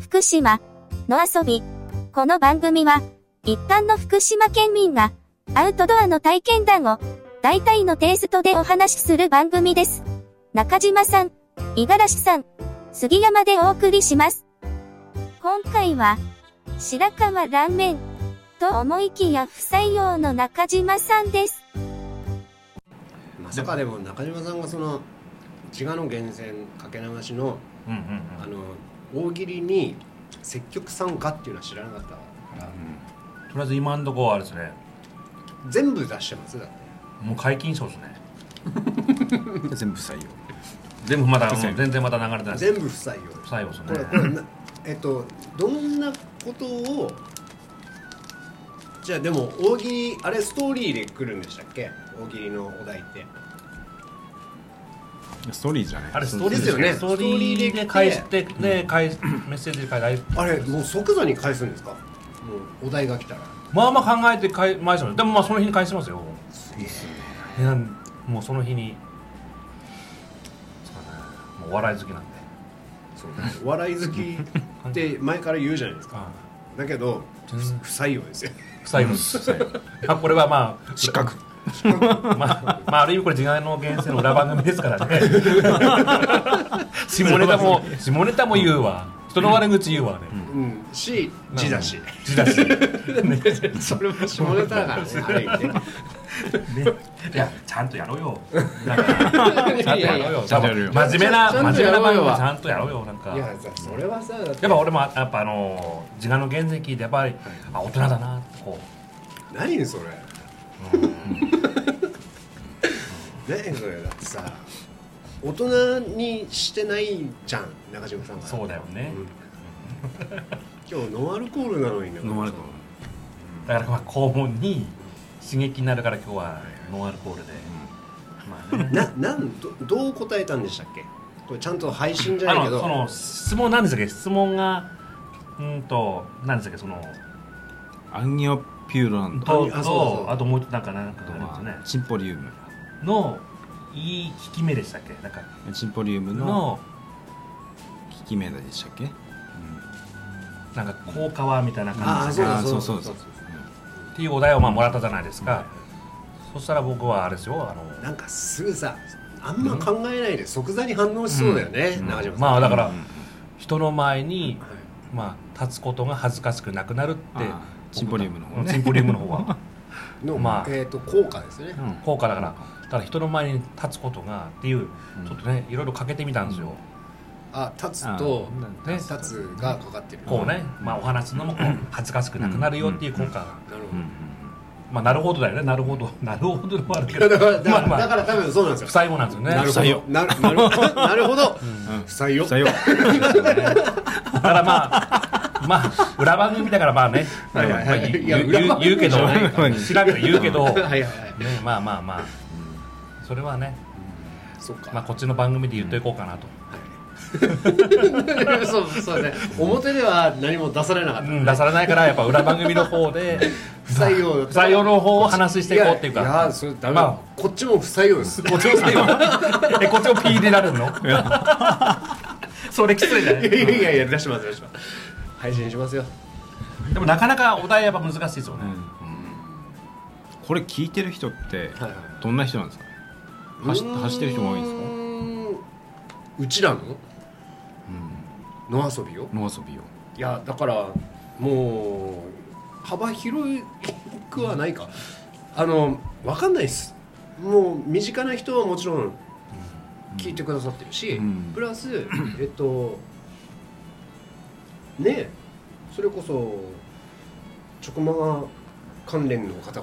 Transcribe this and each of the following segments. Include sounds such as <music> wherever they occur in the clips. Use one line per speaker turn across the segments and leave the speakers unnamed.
福島の遊び。この番組は、一般の福島県民が、アウトドアの体験談を、大体のテイストでお話しする番組です。中島さん、五十嵐さん、杉山でお送りします。今回は、白川ラーメン、と思いきや不採用の中島さんです。
まさかでも中島さんがその滋賀の源泉かけ流しの
うんうん
あの大喜利に積極参加っていうのは知らなかったから
うんとりあえず今んとこはあれですね
全部出してますだって
もう解禁賞ですね
全部不採用
全部まだもう
全部
全然まだ流れてないです
全部不採用
不採用ですね
これこれなえっとどんなことをじゃあでも大喜利あれストーリーで来るんでしたっけ大喜利のお題って
ストーリーじゃない
あれストーリー
ですよね
ストーリーで返してね返すメッセージで返す
あれもう即座に返すんですかもうお題が来たら
まあまあ考えて返返してますでもまあその日に返してますよ
すげえ
えなんもうその日にそうだねもうお笑い好きなんで
そうお笑い好きって前から言うじゃないですか
あ
だけど
全然
不採用ですよ
不採用です不採用あこれはまあ
失格
まあ、まあ、ある意味これ時間の厳選の裏番組ですから <laughs> ね下ネタも下ネタも言うわ人の悪口言うわね、
うんし字だし
字だし、ね、
<laughs> それも下ネタだからねある意味ね
いやちゃんとやろ
<laughs>
うよだからちゃんとやろうよ
ちゃんとやるよ
真面目な
ちゃん
真
とや
面目な
ろう
番
よ
組ちゃんとやろうよなんか
い
や
やそれはさだっ
っぱ俺もあやっぱあの時間の原石でやっぱりあ大人だなってこ
何それ
う、うん
何それだってさ大人にしてないじゃん中島さんが
そうだよね
うん今日ノンアルコールなのにね
飲まれたの
だからまあ肛門に刺激になるから今日はノンアルコールで、まあね
ななんどどう答えたんでしたっけこれちゃんと配信じゃ
あ
ないけ
の
ど
その質問なんでしたっけ質問がうんとなんでしたっけその
アンギオピューランド
と
あそうそうそう
とあともう一つなんかなんかありますよね
チンポリウム
のいい効き目でしたっけなんか
チンポリウム
の
の効き目でしたっけ
なんか効果はみたいな
あ
感
あ
じ
そう
で
だ
あー
そうだ
そう
そ
だ
うそう
っていうお題をまあもらったじゃないですか、そしたら僕はあれですよあの
なんかすぐさあんま考えないで即座に反応しそうだよね、
うん
中島さん、
まあだから、
うん
人の前に
は、い
まあ、立つことが恥ずかしくなくなるって
あーチンポリウムの方ね
チンポリウムの方は
の、
まあ
えー、と効果ですね、
うん
効果だからだから人の前に立つことがっていう
うん
ちょっとねいろいろかけてみたんですよ、
あ立つと
あ
ね
立つがかかってる
こうね、まあ、お話すのもこう恥ずかしくなくなるよっていう効果が、
なる
う
ほ
ん
ど、
まあ、なるほどだよねなるほどなるほどでもあるけ
だ
ど
からだから
まあまあ
だから多分そうなんです
不
よ
採用なんですよね
なるほ
採用
どなるな
<laughs>
るなるほど
うん
不採用
採用
だからまあまあ裏番組だからまあね、
はいはいはい
まあ言う
いや
言う
裏番組
言うけど
じゃないからね
調べて言うけど、
<laughs> はい
ね、
はいはい
まあまあまあそれはね、
そっか、
まあ、こっちの番組で言っていこうかなと、
<laughs> そうそうね表では何も出されなかった、
うん出されないからやっぱ裏番組の方で
不 <laughs> 採用だっ
不
たら
採用の方を話していこうっていうか
いやいやそれダメ、
ま
こっちも不採用です
こっちも採用えこっちも P でなるのそれ失礼じゃない
いやいやいや出します出します配信しますよ
でもなかなかお題やっぱ難しいですよね、
これ聞いてる人って
はいはい
どんな人なんですか走って走ってる人も多いんですか
ですかうちらの野遊びよ
野遊びを
いやだからもう幅広くはないかあのわかんないですもう身近な人はもちろん聞いてくださってるし、
うん
プラスえっとねえそれこそチョコマガ関連の方々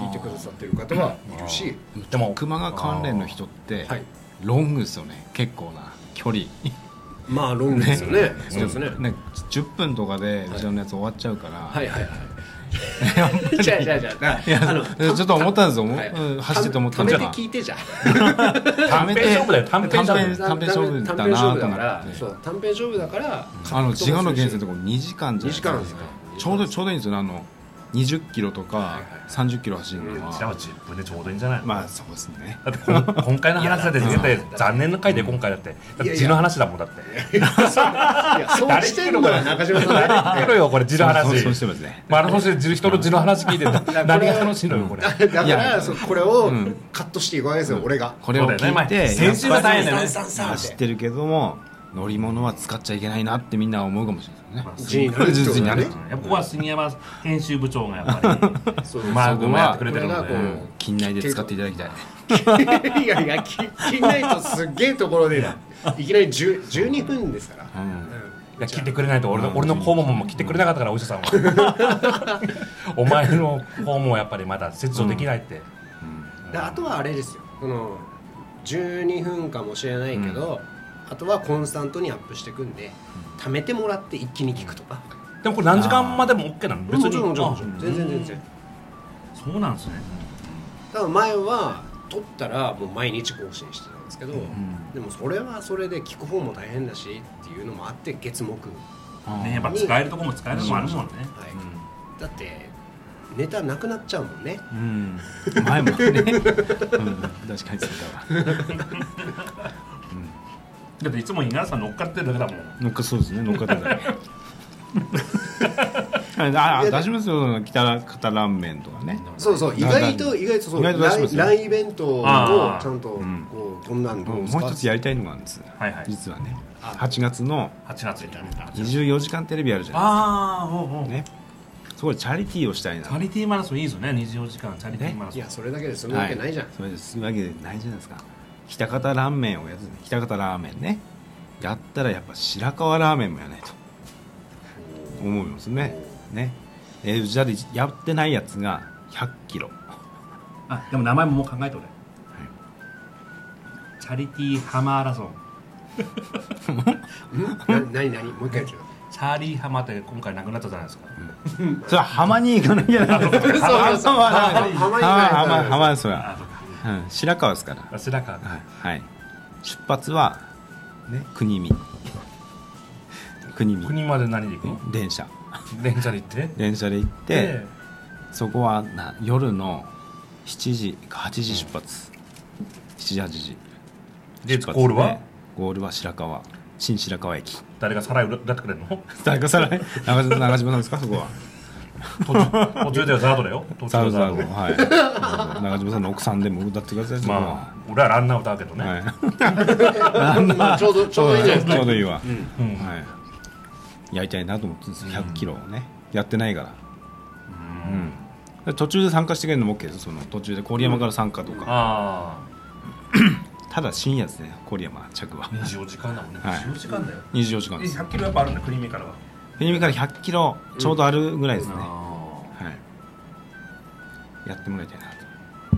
も聞いてくださってる方はいるし
でも
熊が関連の人って
はい
ロングですよね結構な距離
まあロングですよねそうですね、
<laughs> ね10分とかでうちのやつ終わっちゃうから
はい
<laughs>
はい <laughs> はいじゃあじゃあじゃあ
いや
あの
ちょっと思ったんですよ、もう
はい
うん走ってて思ったん
た
で
め
す
て聞
よ
いてじゃん
短編勝負だよ短編勝負
短編勝負だなと思って
短編勝負だからそう短編勝負だから
あの自我の源泉のとこ2時間じゃない
2時間ですか
ちょうどちょうどいいんですよねあの20キロと
は
か
いはい
30キロ走るの
しかも
は
10分でちょうどいいんじゃないの
まあそうですね
だってこん今回の話だって絶対残念な回で今回だってだって地の話だもんだって
いや <laughs> そうしてんのが中島さんだよ
やめろよこれ地の
そうそうそうし
話
てますね
マラソンしてる人の地の話聞いて
や
何が楽しいのよこれ
だか
い
ら
や
そうこれを
ん
カットしていくわけですよ、俺が
これを
そうだよね
聞いて
まあ
やっ
先
ぱ
週は大変だよね
さんさん
走ってるけども乗り物は使っちゃいけないなってみんな思うかもしれないですね
字になるってことだね
字に
やっぱここは杉山編集部長がやっぱり
そう
うま
そ
く
こは
もやってくれてる
こ
の
れがこ
で
近内で使っていただきたい
いやいやき切んないとすっげえところでいきなり10 12分ですから、
いや切ってくれないと俺の俺の肛門も切ってくれなかったからお医者さんはお前の肛門はやっぱりまだ切除できないって
であとはあれですよこの12分かもしれないけど、あとはコンスタントにアップしていくんで貯めてもらって一気に聞くとか、
でもこれ何時間までも OK なの別に
もちろんもちろんもちろん全然全然
あそうなんですね
だから前は撮ったらもう毎日更新してたんですけど、でもそれはそれで聞く方も大変だしっていうのもあって月木、
ねやっぱ使えるとこも使えるのもあるもんね
はいだってネタなくなっちゃうもんね
うん前もね、うん、確かにそうだわ
だっていつも稲田さん乗っかってるだけだもん
乗っかそうですね乗っかってたねああ出しますよ北方ラーメンとかね
そうそう意外と意外とそう
意外と出しますよ
ライライイベントをち
あー
ゃんとこ
ん
うこんなんど
もう
うですか
一つやりたいのがあるんです、
はいはい
実はね
あ
8月の
8月に
24時間テレビあるじゃない
ああおうおう
ですかねそこでチャリティーをしたいな
チャリティーマラソンいいですよね24時間チャリティーマラ
い
ソン
やそれだけでそんなわけないじゃん、
はい、それでするわけでないじゃないですか北方ラーメンをやって北方ラーメンねやったらやっぱ白河ラーメンもやらないと思いますねねえー、じゃあやってないやつが1 0 0キロ
あでも名前ももう考えて俺チャリティーハマーラソン
な何何もう一回やっちゃう
チャーリーハマって今回なくなったじゃないですか
それは浜に行かなきゃならない
そうそうそう
浜は浜
浜に行かない
浜浜浜それ
あ
は、
そうか
うん、白河ですから
白川か
はい、はい、出発は、ね、国見国見
国まで何で行く
電車
の電車で行って
電車で行って、
で
そこはな夜の7時か8時出発、7時8時
で
出発
ゴールは
ゴールは白川新白川駅
誰がさらいだってくれるの
誰かさらい中島中島さんですかそこは
途中途中ではザードだよ途
サ
中
ウ
で
ザ
は
ー
ザー
のはい中島さんの奥さんでも歌ってください
ドまあ俺はランナー歌うけど
あは
ね
い、
まあちょうどちょうどいいんじゃないです
<laughs> ち
か
ょうどいいわ、
うん
はい、やりたいなと思ってるんです100キロをね、やってないから、うんで途中で参加してくれるのも OK ですその途中で郡山から参加とか、
ああ
ただ深夜ですね郡山着は
24時間だもんね
はい
24時間だよ
24時間です
100キロやっぱあるんだ国見からは
国見から100キロちょうどあるぐらいですね、は
あ
い、やってもらいたいな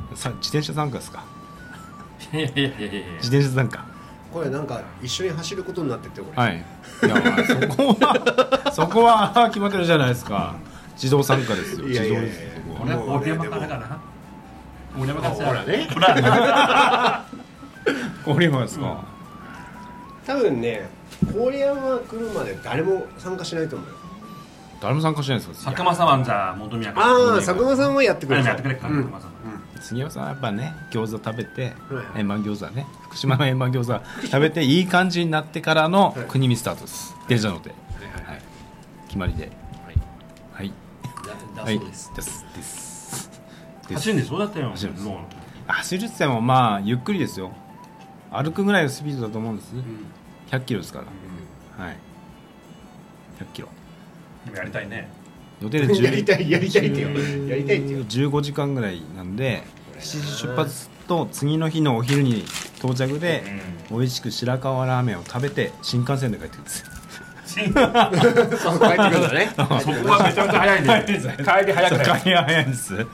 とさ自転車参加ですか
あいやいやいやいや
自転車参加
これなんか一緒に走ることになっててこれ、
はいいやまあそこはそこは決まってるじゃないですか自動参加ですよ
いやい
自動
やいや
ですよそこは
俺は
もうね
郡山からだな郡山から
ほらね
郡山ですか、
多分ね郡山来るまで誰も参加しないと思うよ
誰も参加しないですか
佐久間さんはじゃあ本宮から
ああ佐久間さんはやってくれ
やってくれっか
からら、うん
佐久間さん
杉山さんはやっぱね餃子食べて
はい
円盤餃子ね福島の円盤餃子食べていい感じになってからの
はい
国見スタートです電車乗って
はい
はい決まりではい
だだ
はい
そうです、
ですです
走るんでしょだってよ
走ります
も
走るって言ってもまあゆっくりですよ歩くぐらいのスピードだと思うんです
うん
100キロですからはい100キロ
うでもやりたい <laughs> ね
予定で
やりた
10
いやりたいってよやりたいってよ
15時間ぐらいなんで7時出発と次の日のお昼に到着で美味しく白河ラーメンを食べて新幹線で帰ってくるんです
新幹
そう帰ってくるんだね
線そこはめちゃめちゃ早
<laughs>
いね帰り早くない
帰り早いんです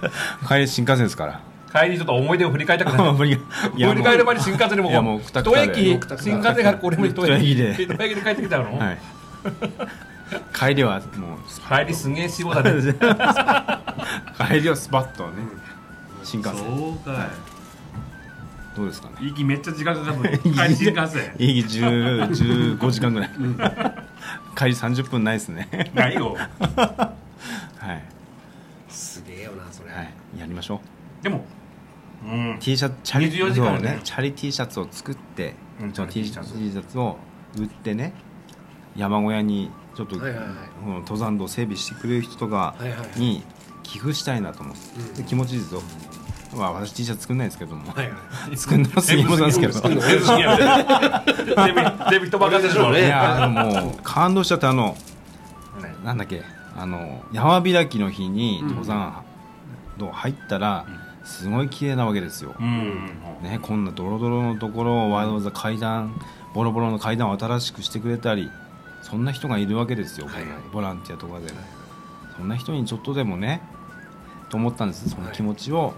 帰り新幹線ですから
帰りちょっと思い出を振り返りたくない
無理いや
振り返る前に
も
新幹線でも
いやもうくたく
一
たで
駅新幹線が俺も一駅
一
一
駅で
駅で帰ってきたの、
うはい帰りはもうス
帰りすげえ仕事だ
<laughs>
ね
帰りはスパッとね新幹線
うか
どうですかね
息めっちゃ時間かか
<laughs>
るの帰り新幹線
いい10 15時間ぐらい帰り30分ないですね
ないよ
はい
すげえよなそれ、
はい、やりましょ
でもうん
T シャツチャリ
24時間ね
そうチャリ T シャツを作って、
うん
その T
T
シ
シ
ャ
ャツ
ツを売ってね山小屋にちょっと、
はいはいはい
この登山道を整備してくれる人とか
はいはい
に寄付したいなと思って、
うん
で気持ちいいですよ、まあ、私 T シャツ作んないですけども、
はいはい
<laughs> 作んのは杉本なんですけど
全部好きや全部全部人ばかりでしょう
い
ね
やあのもう感動しちゃってあの
ね
なんだっけあの山開きの日に登山道入ったら、すごい綺麗なわけですよ、
うん
ね、こんなドロドロのところをわざわざ階段ボロボロの階段を新しくしてくれたりそんな人がいるわけですよ、
はいはい
ボランティアとかで、そんな人にちょっとでもねと思ったんですその気持ちを、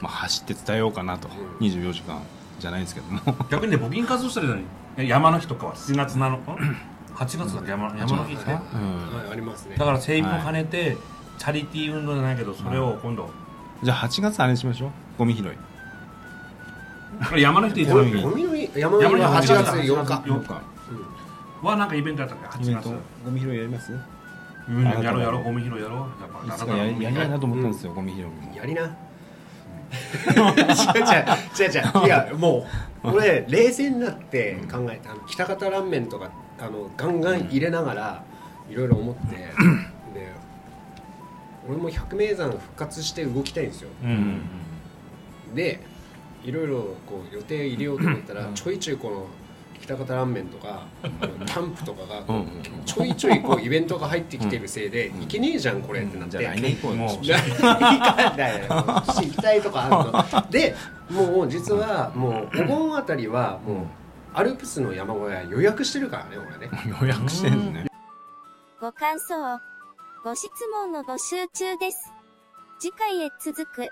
まあ、走って伝えようかなと、
ん
24時間じゃないですけども <laughs>
逆にね募金活動してるのに山の日とかは7月7日ん8月だっけ山の山の日ですね
うん
はいありますね
だから整備も兼ねて、チャリティー運動じゃないけどそれを今度、
じゃあ8月あれにしましょうゴミ拾い
これ山の人いつ
ゴミ
ゴミの日山
山
の
の
日
日
は8月4
8
日
月はなんかイベントやったっけ
イベ
8
ント
月
ゴミ拾いやりますい
うんやろうやろうゴミ拾いやろうやっぱ
つかやりやりたいなと思ったんですよ、ゴミ拾いも
やりな違う違う違う違ういやもう俺冷静になって考えたあの北方ラーメンとかあのガンガン入れながらいろいろ思ってで俺も百名山復活して動きたいんですよ
うん、うん
でいろいろこう予定入れようと思ったらちょいちょいこの北方ラーメンとかキャンプとかが
うんうん
ちょいちょいこうイベントが入ってきてるせいでいけねえじゃんこれってなって
じゃあ来年以降
も
<laughs>
う
いやいかんだよ行きたいとかあるのでもう実はもうお盆あたりはもうアルプスの山小屋予約してるからね俺ね
予約してるんですね
ご感想、ご質問を募集中です。次回へ続く。